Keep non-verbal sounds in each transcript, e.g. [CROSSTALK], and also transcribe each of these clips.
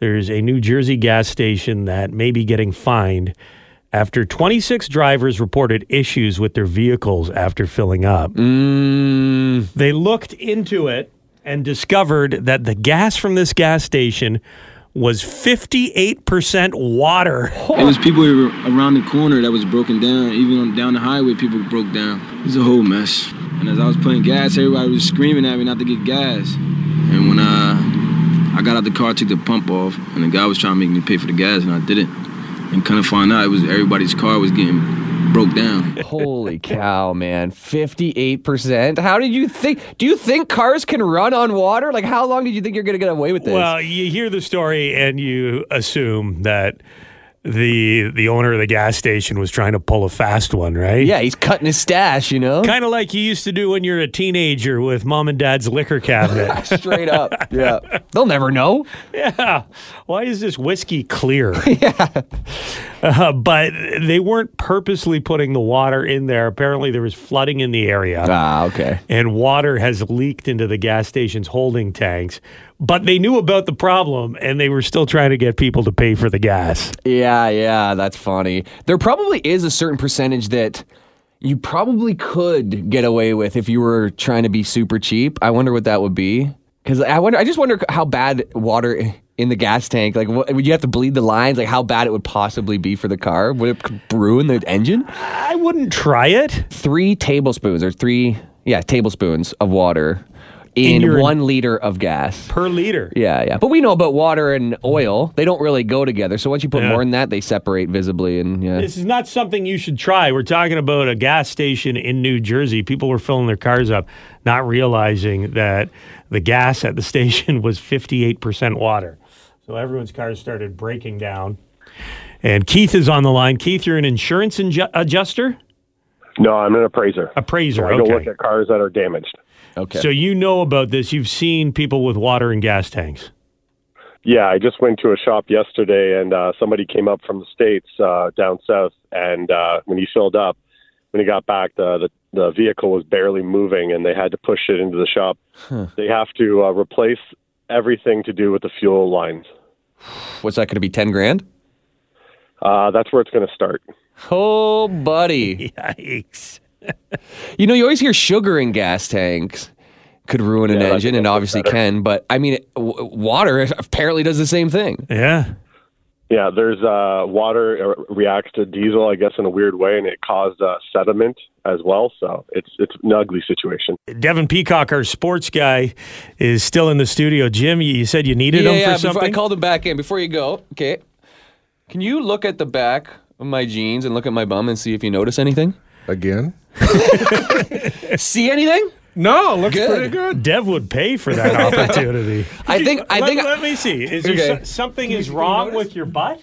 There's a New Jersey gas station that may be getting fined after 26 drivers reported issues with their vehicles after filling up. Mm. They looked into it and discovered that the gas from this gas station was 58% water. [LAUGHS] It was people who were around the corner that was broken down. Even on down the highway, people broke down. It was a whole mess. And as I was putting gas, everybody was screaming at me not to get gas. And when I I got out the car, took the pump off, and the guy was trying to make me pay for the gas, and I didn't. And kind of find out it was everybody's car was getting broke down. Holy cow, man. 58%. How did you think? Do you think cars can run on water? Like, how long did you think you're going to get away with this? Well, you hear the story and you assume that the the owner of the gas station was trying to pull a fast one, right? yeah, he's cutting his stash, [LAUGHS] you [LAUGHS] know? Kind of like you used to do when you're a teenager with mom and dad's liquor [LAUGHS] cabinet. Straight up. Yeah. They'll never know. yeah. Why is this whiskey clear? yeah. Uh, but they weren't purposely putting the water in there. Apparently, there was flooding in the area. Ah, okay. and water has leaked into the gas station's holding tanks. But they knew about the problem and they were still trying to get people to pay for the gas. Yeah, yeah, that's funny. There probably is a certain percentage that you probably could get away with if you were trying to be super cheap. I wonder what that would be. Because I wonder, I just wonder how bad water in the gas tank, like, what, would you have to bleed the lines? Like, how bad it would possibly be for the car? Would it ruin the engine? I wouldn't try it. Three tablespoons or three, yeah, tablespoons of water In in, your- one liter of gas. Per liter. Yeah, yeah. But we know about water and oil. They don't really go together. So once you put Yeah. more than that, they separate visibly. And yeah. This is not something you should try. We're talking about a gas station in New Jersey. People were filling their cars up, not realizing that the gas at the [LAUGHS] station was 58% water. So everyone's cars started breaking down. And Keith is on the line. Keith, you're an insurance inju- adjuster? No, I'm an appraiser. Appraiser. I go okay. look at cars that are damaged. okay. So you know about this. You've seen people with water and gas [LAUGHS] tanks. Yeah, I just went to a shop yesterday, and uh, somebody came up from the states uh, down south, and uh, when he filled up, when he got back, the, the the vehicle was barely moving, and they had to push it into the shop. They have to uh, replace everything to do with the fuel lines. What's that going to be? Ten grand? Uh, that's where it's going to start. [LAUGHS] Oh, buddy! Yikes. You know you always hear sugar in gas tanks could ruin an Yeah, that's- engine, and that's obviously better. can. But I mean, w- water [LAUGHS] apparently does the same thing. Yeah. Yeah, there's uh, water uh, reacts to diesel, I guess, in a weird way, and it caused uh, sediment as well. So it's it's an ugly situation. Devin Peacock, our sports guy, is still in the studio. Jim, you you said you needed him for yeah. Before, something. I called him back in before you go. Okay, can you look at the back of my jeans and look at my bum and see if you notice anything? Again? [LAUGHS] see anything? No, looks Good. pretty good. Dev would pay for that opportunity. I think. I let, think. let me see. Is there Okay. so- something is wrong with your butt?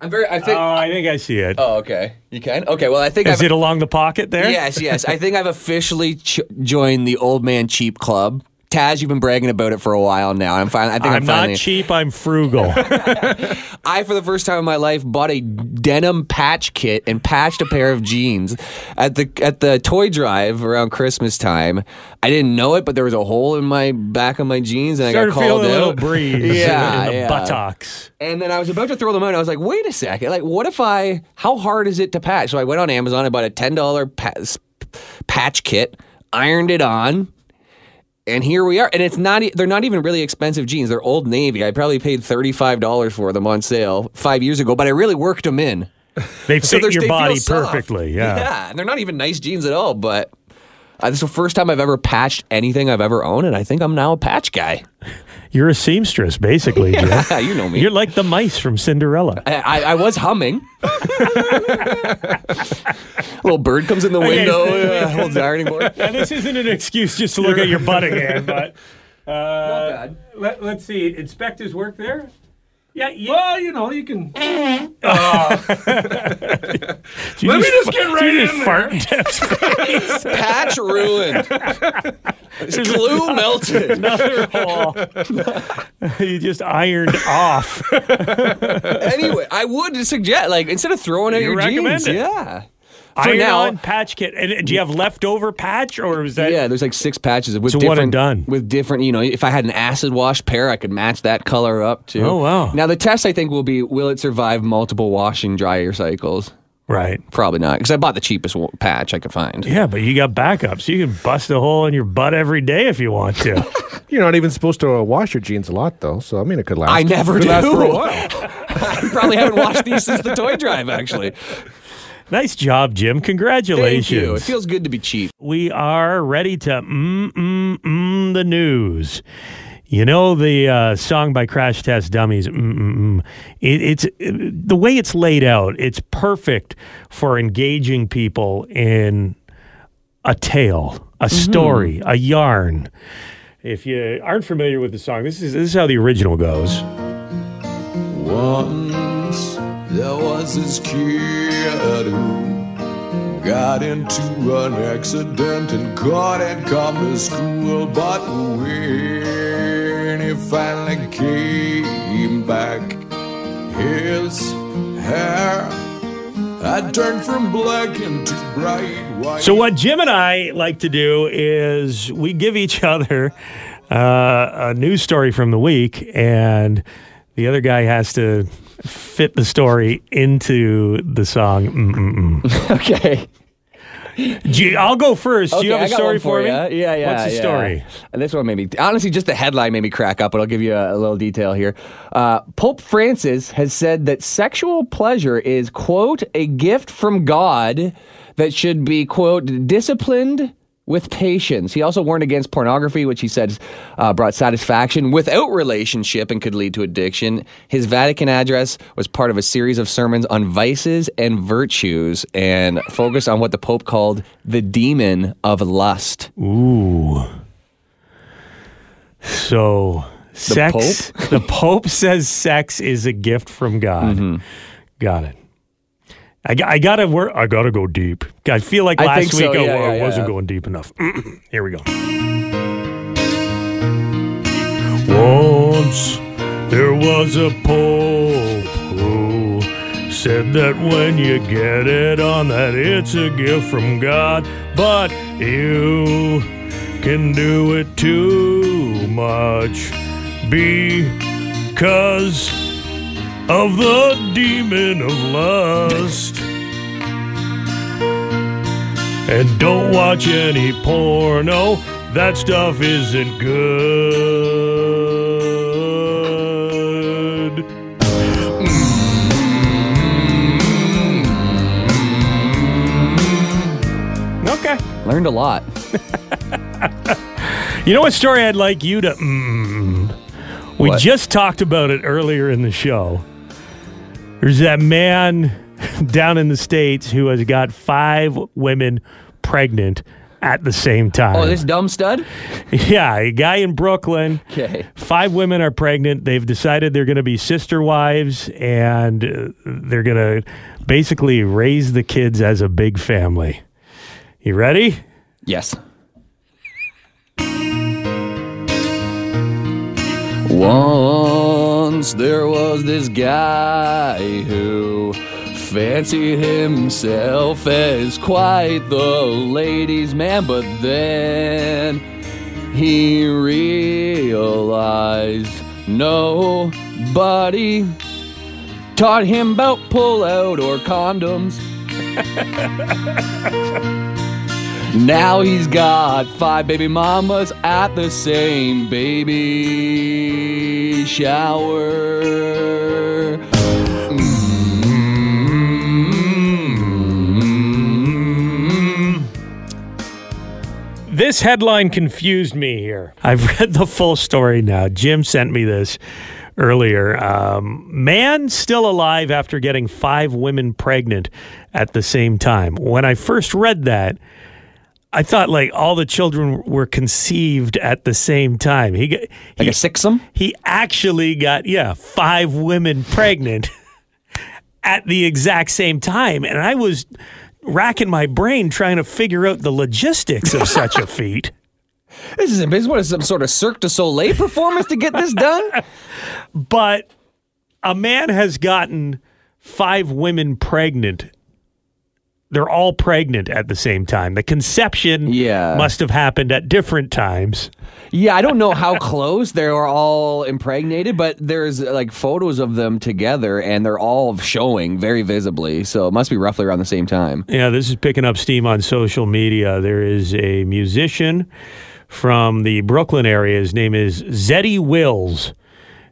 I'm very. I Oh, think. I think I see it. Is oh, okay. You can. Okay. Well, I think. I've, it along the pocket there? Yes, yes. I think I've officially ch- joined the old man cheap club. Taz, you've been bragging about it for a while now. I'm finally. I think I'm, I'm finally. not cheap. I'm [LAUGHS] frugal. I, for the first time in my life, bought a denim patch kit and patched a pair of jeans at the at the toy drive around Christmas time. I didn't know it, but there was a hole in my back of my jeans, and I Started got called feeling a out. little breeze [LAUGHS] yeah, in the yeah. buttocks. And then I was about to throw them out. And I was like, wait a second. Like, what if I, how hard is it to patch? So I went on Amazon, I bought a $10 pa- s- patch kit, ironed it on. And here we are. And it's not, e- they're not even really expensive jeans. They're Old Navy. I probably paid $35 for them on sale five years ago, but I really worked them in. They fit your they're- they feel body soft. perfectly. Yeah. [LAUGHS] Yeah. And they're not even nice jeans at all, but uh, this is the first time I've ever patched anything I've ever owned. And I think I'm now a patch guy. [LAUGHS] You're a seamstress, basically, Jim. you know me. You're like the mice from Cinderella. I, I, I was humming. Little bird comes in the window, uh, holds the ironing board. Now, this isn't an excuse just to look at your butt again, [LAUGHS] but uh, bad. Let, let's see. Inspectors work there. Yeah, yeah. Well, you know, you can. Did let me just get right you just in fart [LAUGHS] in Jeff's face? Patch ruined. It's [LAUGHS] glue melted. Another hole. [LAUGHS] you just ironed off. Anyway, I would suggest, like, instead of throwing out You your jeans, recommend it. yeah. For Iron now- on patch kit. And do you have leftover patch or is that? yeah, there's like six patches with So different one and done. with different. You know, if I had an acid wash pair, I could match that color up too. Oh, wow. Now the test I think will be: will it survive multiple washing dryer cycles? Right. Probably not, because I bought the cheapest wa- patch I could find. Yeah, but you got backups. You can bust a hole in your butt every day if you want [LAUGHS] to. You're not even supposed to uh, wash your jeans a lot, though. So I mean, it could last. I never could do. Last [LAUGHS] for a while. I probably haven't washed these since the toy drive. Actually, nice job, Jim. Congratulations. thank you. It feels good to be cheap. we are ready to mm mm mm the news. You know the uh, song by Crash Test Dummies. Mm mm mm. It, it's it- the way it's laid out. It's perfect for engaging people in a tale, a story, a yarn. If you aren't familiar with the song, this is this is how the original goes. Once there was this kid who got into an accident and couldn't come to school. But when he finally came back, his hair had turned from black into bright white. So what Jim and I like to do is we give each other uh, a news story from the week, and the other guy has to fit the story into the song. Mm-mm-mm. Okay. Gee, I'll go first. Do you have a a story for, me? Yeah, yeah. What's the yeah. story? And this one made me honestly just the headline made me crack up, but I'll give you a, a little detail here. Uh, Pope Francis has said that sexual pleasure is quote a gift from God that should be quote disciplined. With patience. He also warned against pornography, which he said uh, brought satisfaction without relationship and could lead to addiction. His Vatican address was part of a series of sermons on vices and virtues and focused on what the Pope called the demon of lust. Ooh. So sex. [LAUGHS] The Pope says sex is a gift from God. Mm-hmm. Got it. I, g- I gotta work. I gotta go deep. I feel like I last think week so, I, yeah, wa- yeah, I wasn't yeah. going deep enough. [CLEARS THROAT] Here we go. Once there was a pope who said that when you get it on, that it's a gift from God, but you can do it too much because of the demon of lust. And don't watch any porno. That stuff isn't good. Okay. Learned a lot. You know what story I'd like you to. Mm, we What? just talked about it earlier in the show. There's that man [LAUGHS] down in the States who has got five women pregnant at the same time. Oh, this dumb stud? Yeah, a guy in Brooklyn. Okay. Five women are pregnant. They've decided they're going to be sister wives and uh, they're going to basically raise the kids as a big family. You ready? Yes. Once there was this guy who fancied himself as quite the ladies' man, but then he realized nobody taught him about pullout or condoms. Now he's got five baby mamas at the same baby shower. This headline confused me here. I've read the full story now. Jim sent me this earlier. Um, man still alive after getting five women pregnant at the same time. When I first read that, I thought like all the children were conceived at the same time. He got, Like he, a sixum? he actually got yeah five women pregnant [LAUGHS] at the exact same time, and I was racking my brain trying to figure out the logistics of such [LAUGHS] a feat. This is this what is some sort of Cirque du Soleil performance to get this done? [LAUGHS] but a man has gotten five women pregnant they're all pregnant at the same time. The conception Yeah. must have happened at different times. Yeah, I don't know how close they are all impregnated, but there's like photos of them together and they're all showing very visibly. So it must be roughly around the same time. Yeah, this is picking up steam on social media. There is a musician from the Brooklyn area. His name is Zeddy Wills,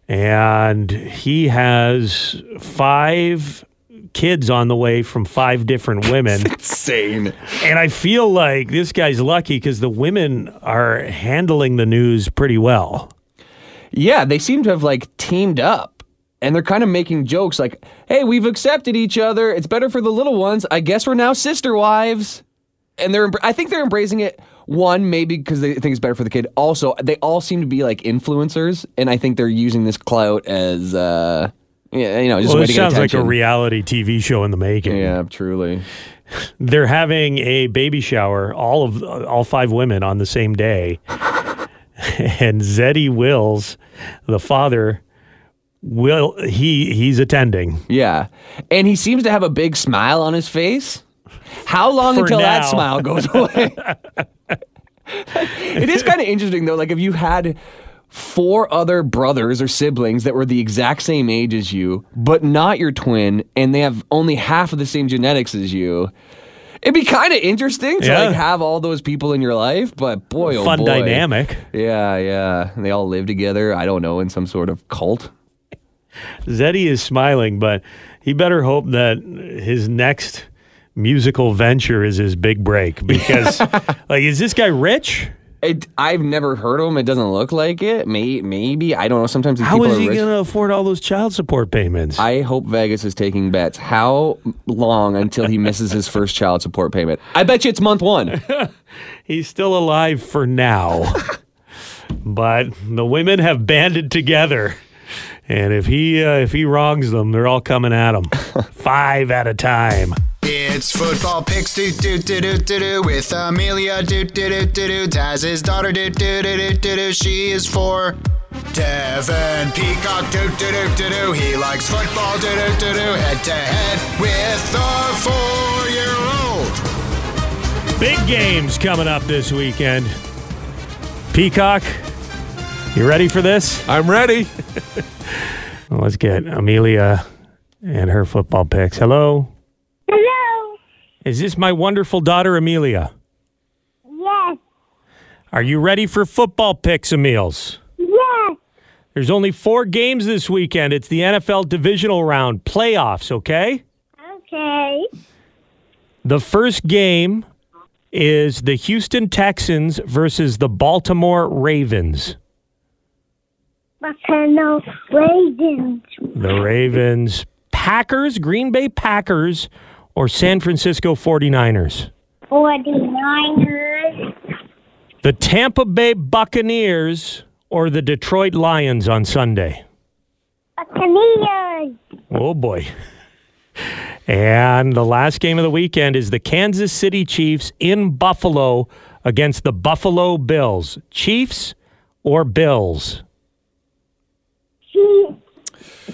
and he has five kids on the way from five different women. Insane. and I feel like this guy's lucky because the women are handling the news pretty well. Yeah, they seem to have like teamed up and they're kind of making jokes like, hey, we've accepted each other. It's better for the little ones. I guess we're now sister wives. And they're, I think they're embracing it. One, maybe because they think it's better for the kid. Also, they all seem to be like influencers. And I think they're using this clout as, uh, yeah, you know, just Well, a way it to get sounds like attention. a reality TV show in the making. Yeah, truly. They're having a baby shower, all of all five women on the same day, [LAUGHS] and Zeddy Wills, the father, will he he's attending. Yeah. And he seems to have a big smile on his face. How long For until that now. smile goes [LAUGHS] away? it is kind of interesting though, like if you had four other brothers or siblings that were the exact same age as you, but not your twin, and they have only half of the same genetics as you. It'd be kind of interesting to Yeah. like have all those people in your life, but boy, oh Fun boy. dynamic. Yeah, yeah. And they all live together. I don't know in some sort of cult. Zeddy is smiling, but he better hope that his next musical venture is his big break [LAUGHS] because like is this guy rich? It, I've never heard of him. It doesn't look like it. May, maybe I don't know. Sometimes these How people is are he rich. going to afford all those child support payments? I hope Vegas is taking bets. How long until he misses his first child support payment? I bet you it's month one. He's still alive for [LAUGHS] now. but the women have banded together. And if he uh, if he wrongs them, they're all coming at [LAUGHS] him. 5 at a time. It's football picks do do do do do do with Amelia do do do do do Taz's daughter do do do do do do she is four. Devin Peacock do do do do do he likes football do do do do head to head with the four year old. Big games coming up this weekend. Peacock, you ready for this? I'm ready. Well, let's get Amelia and her football picks. Hello. Hello. Is this my wonderful daughter Amelia? Yes. Are you ready for football picks, Emils? Yes. There's only four games this weekend. It's the NFL divisional round playoffs, okay? Okay. The first game is the Houston Texans versus the Baltimore Ravens. Buffalo Ravens. The Ravens, Packers, Green Bay Packers, or San Francisco 49ers. 49ers. The Tampa Bay Buccaneers or the Detroit Lions on Sunday. Buccaneers. Oh boy. And the last game of the weekend is the Kansas City Chiefs in Buffalo against the Buffalo Bills. Chiefs or Bills? Chiefs.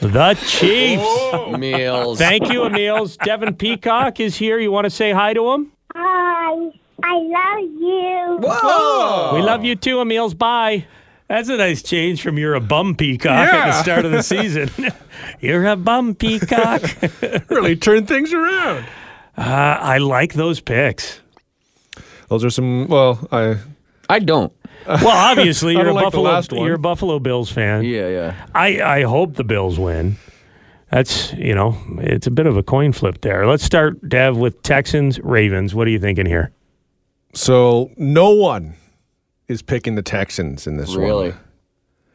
The Chiefs. [LAUGHS] Meals. Thank you, Emils. Devin Peacock is here. You want to say hi to him? Hi. I love you. We love you too, Emils. Bye. That's a nice change from you're a bum peacock at the Yeah. start of the season. [LAUGHS] you're a bum peacock. really turn things around. [LAUGHS] I like those picks. Those are some. Well, I I don't. Well, obviously I you're a don't like the Buffalo last one. you're a Buffalo Bills fan. Yeah, yeah. I, I hope the Bills win. That's you know, it's a bit of a coin flip there. Let's start, Dev, with Texans, Ravens. What are you thinking here? so no one is picking the Texans in this Really? one.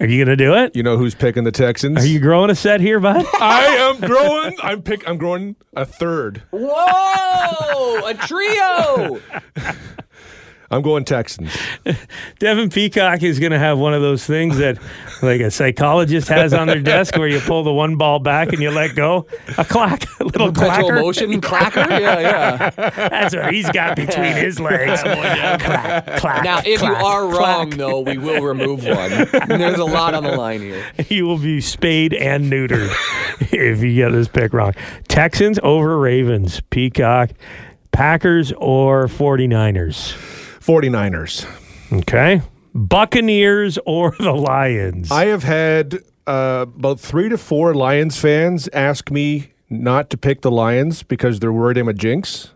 Are you gonna do it? You know who's picking the Texans? Are you growing a set here, bud? [LAUGHS] I am growing. I'm pick. I'm growing a third. Whoa! [LAUGHS] A trio. I'm going Texans. Devin Peacock is going to have one of those things that, like a psychologist has on their desk, where you pull the one ball back and you let go. A clock, a little Perpetual clacker. motion clacker. [LAUGHS] Yeah, yeah. That's what he's got between [LAUGHS] his legs. clack, clack, Now, if clack, you are wrong, clack. though, we will remove one. [LAUGHS] There's a lot on the line here. you will be spayed and [LAUGHS] neutered if you get this pick wrong. Texans over Ravens. Peacock. Packers or 49ers? 49ers. Okay. Buccaneers or the Lions? I have had uh, about three to four Lions fans ask me not to pick the Lions because they're worried I'm a jinx.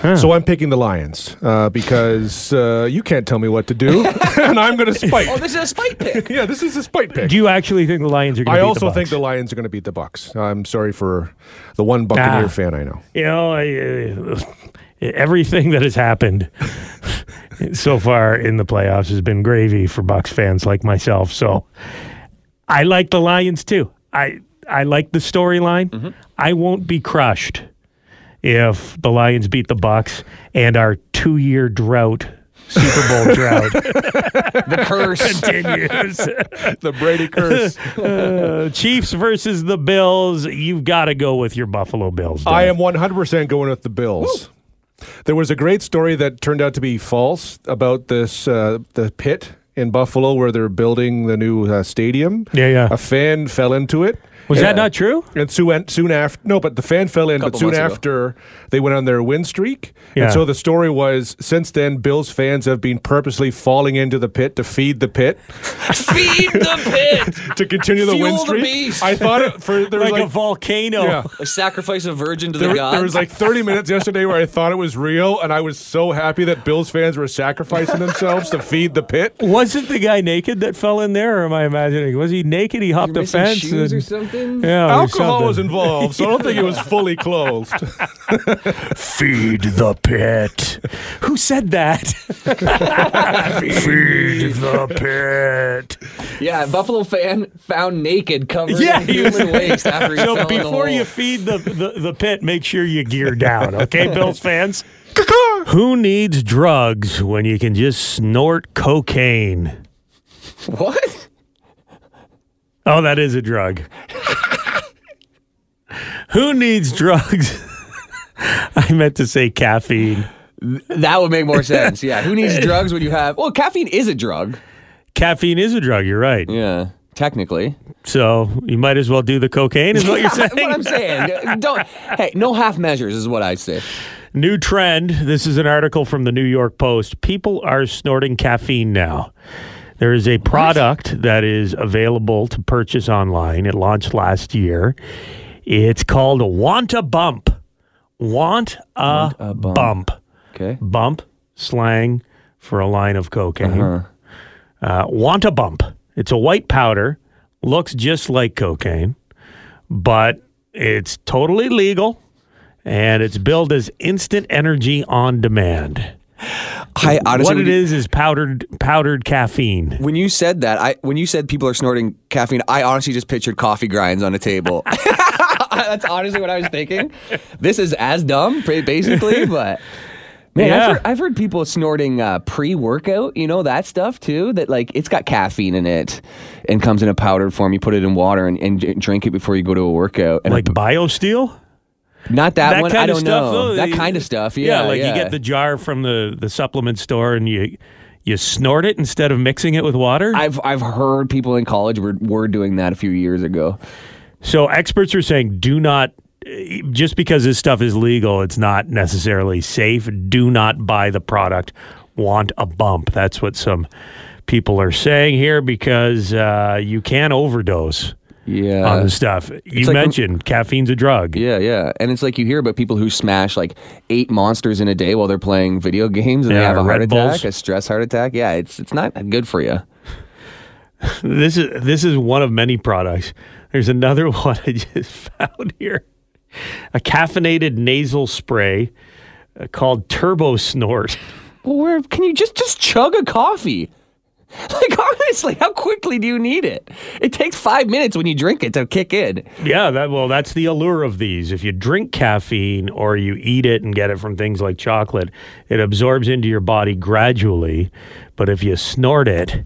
So I'm picking the Lions uh, because uh, you can't tell me what [LAUGHS] to do, and I'm going to spite. Oh, this is a spite pick. yeah, this is a spite pick. Do you actually think the Lions are going I to beat also the think Bucs? the Lions are going to beat the Bucks. I'm sorry for the one Buccaneer Ah. fan I know. you know, I, uh, everything that has happened [LAUGHS] so far in the playoffs has been gravy for Bucks fans like myself. So I like the Lions too. I I like the storyline. Mm-hmm. I won't be crushed if the Lions beat the Bucks and our two year drought. Super [LAUGHS] Bowl drought The curse. continues. The Brady [LAUGHS] curse. Uh, Chiefs versus the Bills. You've got to go with your Buffalo Bills. Dave. I am 100% going with the Bills. There was a great story that turned out to be false about this uh, the pit in Buffalo where they're building the new uh, stadium. Yeah, yeah. A fan fell into it. Was Yeah. that not true? And soon, soon after, no, but the fan fell in, but Couple soon months ago. after they went on their win streak. Yeah. And so the story was since then, Bills fans have been purposely falling into the pit to feed the pit Feed the pit. to continue the [LAUGHS] win Fuel the streak. beast. I thought it [LAUGHS] for there was Like, like a volcano. yeah. Like sacrifice a virgin to There, the there god. was like 30 minutes yesterday where I thought it was real, and I was so happy that Bills fans were sacrificing themselves to feed the pit. Was it the guy naked that fell in there, or am I imagining? Was he naked? He hopped the fence. shoes or and- something. yeah, or Alcohol was Oh, something. involved, so I don't think it was fully closed. Feed the pit. [LAUGHS] Who said [LAUGHS] that? Feed the pit. Yeah, Buffalo fan found naked covered Yeah, in he was- human waste after he fell So in the before [LAUGHS] hole. you feed the, the, the pit, make sure you gear down, [LAUGHS] okay, Bills fans? Who needs drugs when you can just snort cocaine? what? Oh, that is a drug. Who needs drugs? I meant to say caffeine. That would make more sense. Yeah, [LAUGHS] who needs drugs when you have? Well, caffeine is a drug. Caffeine is a drug, you're right. Yeah, technically. So you might as well do the cocaine, is what you're saying. That's [LAUGHS] what I'm saying. Don't. Hey, no half measures is what I say. New trend. This is an article from the New York Post. People are snorting caffeine now. There is a product that is available to purchase online. It launched last year. It's called Want a Bump. Want a, bump. Okay. Bump, slang for a line of cocaine. Uh, want a bump. It's a white powder, looks just like cocaine, but it's totally legal and it's billed as instant energy on demand. I honestly, what when it you- is is powdered powdered caffeine. When you said that, I when you said people are snorting caffeine, I honestly just pictured coffee grinds on a table. [LAUGHS] That's honestly what I was thinking. This is as dumb, ba- [LAUGHS] basically, but. Man, Yeah. I've, heard, I've heard people snorting uh, pre-workout, you know that stuff too. That like it's got caffeine in it, and comes in a powdered form. You put it in water and, and j- drink it before you go to a workout. And Like biosteel? not that, one. kind I of don't stuff know though. that You- kind of stuff. Yeah, like you get the jar from the, the supplement store and you you snort it instead of mixing it with water. I've I've heard people in college were were doing that a few years ago. So experts are saying do not just because this stuff is legal, it's not necessarily safe. Do not buy the product. Want a bump. That's what some people are saying here because uh, you can overdose Yeah, on the stuff. You like- mentioned caffeine's a drug. Yeah, yeah. And it's like you hear about people who smash like eight monsters in a day while they're playing video [LAUGHS] games and they Yeah, have a heart Red attack, Bulls. a stress heart attack. Yeah, it's it's not good for you. This is this is one of many products. There's another [LAUGHS] one I just found here. A caffeinated nasal spray uh, called Turbo Snort. [LAUGHS] Well, where can you just just chug a coffee? [LAUGHS] Like honestly, how quickly do you need it? It takes five minutes when you drink it to kick in. Yeah, that well, that's the allure of these. If you drink caffeine or you eat it and get it from things like chocolate, it absorbs into your body gradually. But if you snort [LAUGHS] it,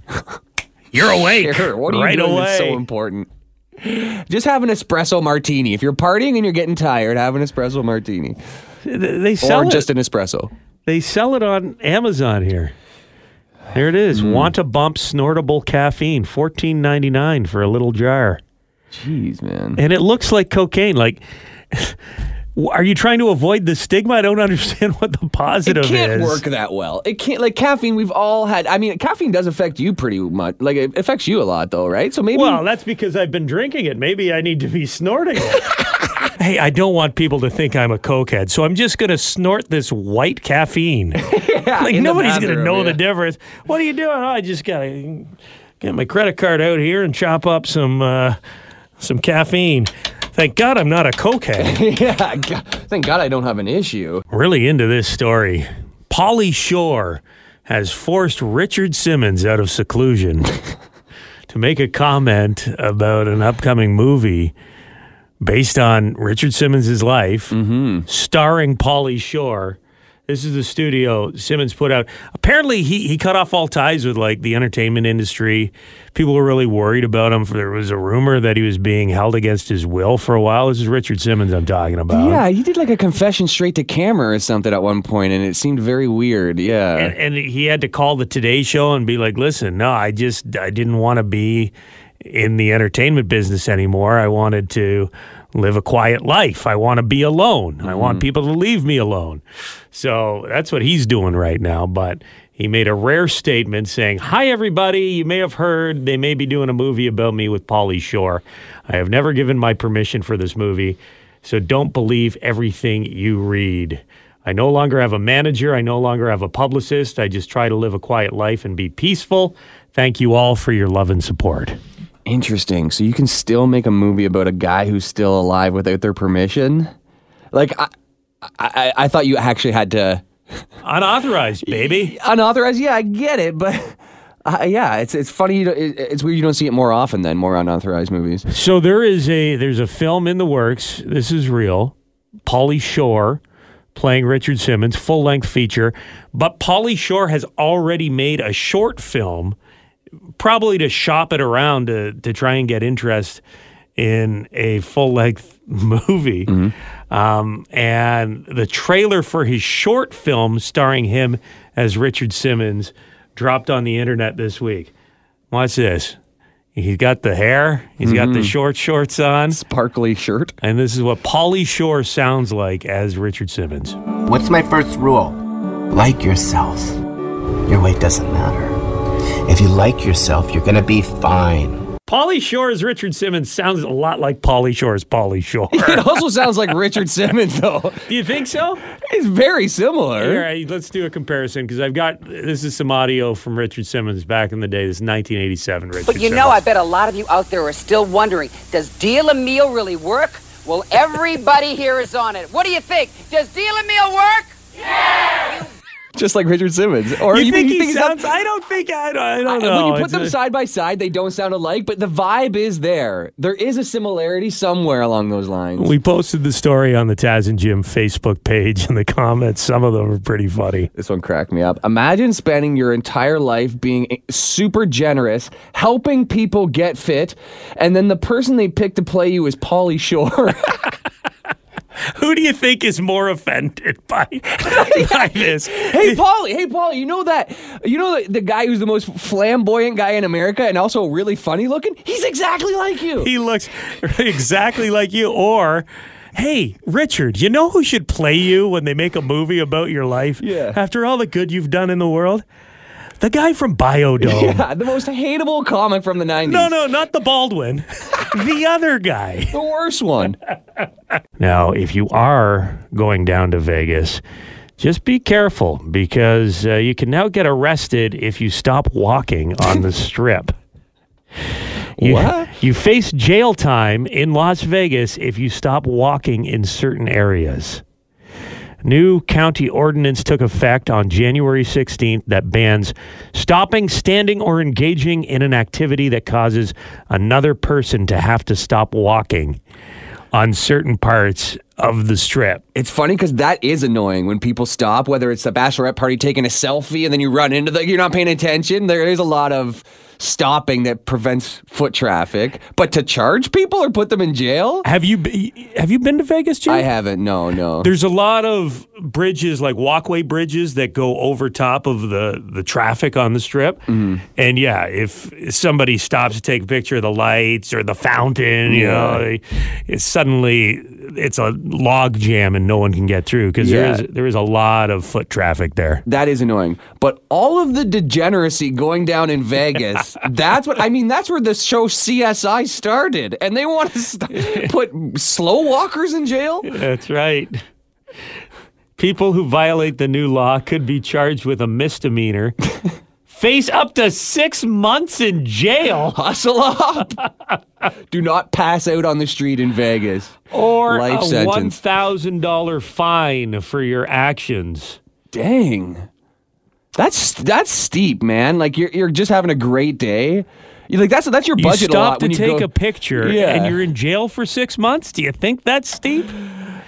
you're awake Sure, what are you right doing away. that's so important? Just have an espresso martini. If you're partying and you're getting tired, have an espresso martini. Th- they Or sell it. just an espresso. they sell it on Amazon here. There it is. Want to bump snortable caffeine, fourteen ninety nine for a little jar, Jeez, man. and it looks like cocaine. Like W- [LAUGHS] Are you trying to avoid the stigma? I don't understand [LAUGHS] what the positive it can't is. work that well. It can't like caffeine. We've all had. I mean, caffeine does affect you pretty much. Like it affects you a lot, though, right? So maybe. Well, that's because I've been drinking it. Maybe I need to be snorting it. hey, I don't want people to think I'm a cokehead, so I'm just going to snort this white [LAUGHS] caffeine. like in the nobody's going to bathroom, know the yeah. difference. What are you doing? Oh, I just got to get my credit card out here and chop up some uh, some caffeine. Thank God I'm not a cokehead. [LAUGHS] yeah. God, thank God I don't have an issue. really into this story. Polly Shore has forced Richard Simmons out of seclusion to make a comment about an upcoming movie based on Richard Simmons' life, starring Polly Shore. This is the studio Simmons put out. Apparently, he, he cut off all ties with like the entertainment industry. People were really worried about him. There was a rumor that he was being held against his will for a while. This is Richard Simmons I'm talking about. Yeah, you did like a confession straight to camera or something at one point, and it seemed very weird. Yeah. and, and he had to call the Today Show and be like, "Listen, no, I just I didn't want to be in the entertainment business anymore. I wanted to live a quiet life. I want to be alone. I want people to leave me alone." So that's what he's doing right now. But he made a rare statement saying, "Hi everybody. You may have heard they may be doing a movie about me with Polly Shore. I have never given my permission for this movie." So don't believe everything you read. I no longer have a manager. I no longer have a publicist. I just try to live a quiet life and be peaceful. Thank you all for your love and support. Interesting. So you can still make a movie about a guy who's still alive without their permission? Like, I, I, I- I thought you actually had to Unauthorized, baby. unauthorized. Yeah, I get it, but [LAUGHS] uh, yeah, it's it's funny. You don't- it, it's weird you don't see it more often than more unauthorized movies. So there is a there's a film in the works. This is real. Polly Shore playing Richard Simmons, full length feature. But Polly Shore has already made a short film, probably to shop it around to to try and get interest in a full length [LAUGHS] movie. Um, and the trailer for his short film starring him as Richard Simmons dropped on the internet this week. Watch this. He's got the hair. He's got the short shorts on. Sparkly shirt. [LAUGHS] And this is what Polly Shore sounds like as Richard Simmons. What's my first rule? Like yourself. Your weight doesn't matter. If you like yourself, you're gonna be fine. Polly Shore as Richard Simmons sounds a lot like Polly Shore as Polly Shore. It also sounds like Richard Simmons, though. Do [LAUGHS] you think so? It's very All similar. right, let's do a comparison because I've got this is some audio from Richard Simmons back in the day. This is 1987 Richard But you know, I bet a lot of you out there are still wondering does deal a meal really work? Well, everybody here is on it. What do you think? Does deal a meal work? Just like Richard Simmons. Or you, think he not- sounds? I don't think I don't, I don't I- know. When you put It's them a- side by side, they don't sound alike, but the vibe is there. There is a similarity somewhere along those lines. we posted the story on the Taz and Jim Facebook page, and the comments, some of them are pretty funny. This one cracked me up. Imagine spending your entire life being super generous, helping people get fit, and then the person they pick to play you is Pauly Shore. [LAUGHS] [LAUGHS] Who do you think is more offended by, [LAUGHS] by this? hey, Pauly, hey, Pauly, you know that, you know the, the guy who's the most flamboyant guy in America and also really funny looking? He's exactly like you. he looks exactly like you or hey richard you know who should play you when they make a movie about your life Yeah. after all the good you've done in the world the guy from biodome [LAUGHS] yeah, [LAUGHS] the most hateable comic from the 90s. no no not the [LAUGHS] baldwin the other guy The worst one. now if you are going down to vegas just be careful because uh, you can now get arrested if you stop walking on the strip You, What? you face jail time in Las Vegas if you stop walking in certain areas. New county ordinance took effect on January 16th that bans stopping, standing, or engaging in an activity that causes another person to have to stop walking on certain parts of the strip. It's funny because that is annoying when people stop, whether it's the bachelorette party taking a selfie and then you run into the, you're not paying attention. There is a lot of stopping that prevents foot traffic. But to charge people or put them in jail? Have you be- have you been to Vegas, Jim? I haven't. No, no. There's a lot of bridges, like walkway bridges, that go over top of the, the traffic on the strip. Mm-hmm. And yeah, if somebody stops to take a picture of the lights or the fountain, you know, they- it's suddenly it's a log jam and no one can get through because Yeah. there is there is a lot of foot traffic there. That is annoying. But all of the degeneracy going down in Vegas, [LAUGHS] that's what I mean, that's where the show CSI started. And they want to st- [LAUGHS] put slow walkers in jail? That's right. People who violate the new law could be charged with a [LAUGHS] misdemeanor, face up to six months in jail. Hustle up. [LAUGHS] Do not pass out on the street in Vegas. Or Life a sentence. $1,000 fine for your actions. Dang. That's that's steep, man. Like you're you're just having a great day. You're like that's that's your You budget a lot stop to when you take go- a picture Yeah. and you're in jail for six months? Do you think that's steep?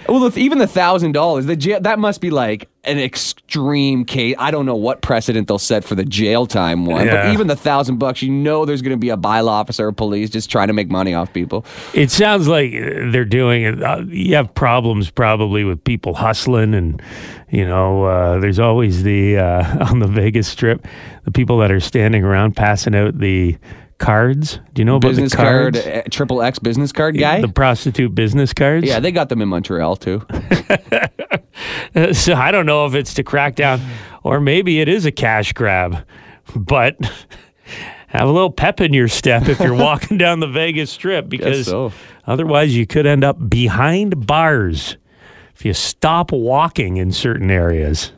Well, if even the thousand dollars, the jail, that must be like an extreme case. I don't know what precedent they'll set for the jail time one, Yeah. but even the thousand bucks, you know, there's going to be a bylaw officer or police just trying to make money off people. It sounds like uh, they're doing it. Uh, you have problems probably with people hustling, and you know, uh, there's always the uh, [LAUGHS] on the Vegas Strip, the people that are standing around passing out the cards. Do you know about business the cards? card, uh, triple X business card guy. The prostitute business cards. yeah, they got them in Montreal too. Uh, [LAUGHS] so I don't know if it's to crack down, or maybe it is a cash grab, but. [LAUGHS] Have a little pep in your step if you're walking down the Vegas Strip because so. otherwise you could end up behind bars if you stop walking in certain areas.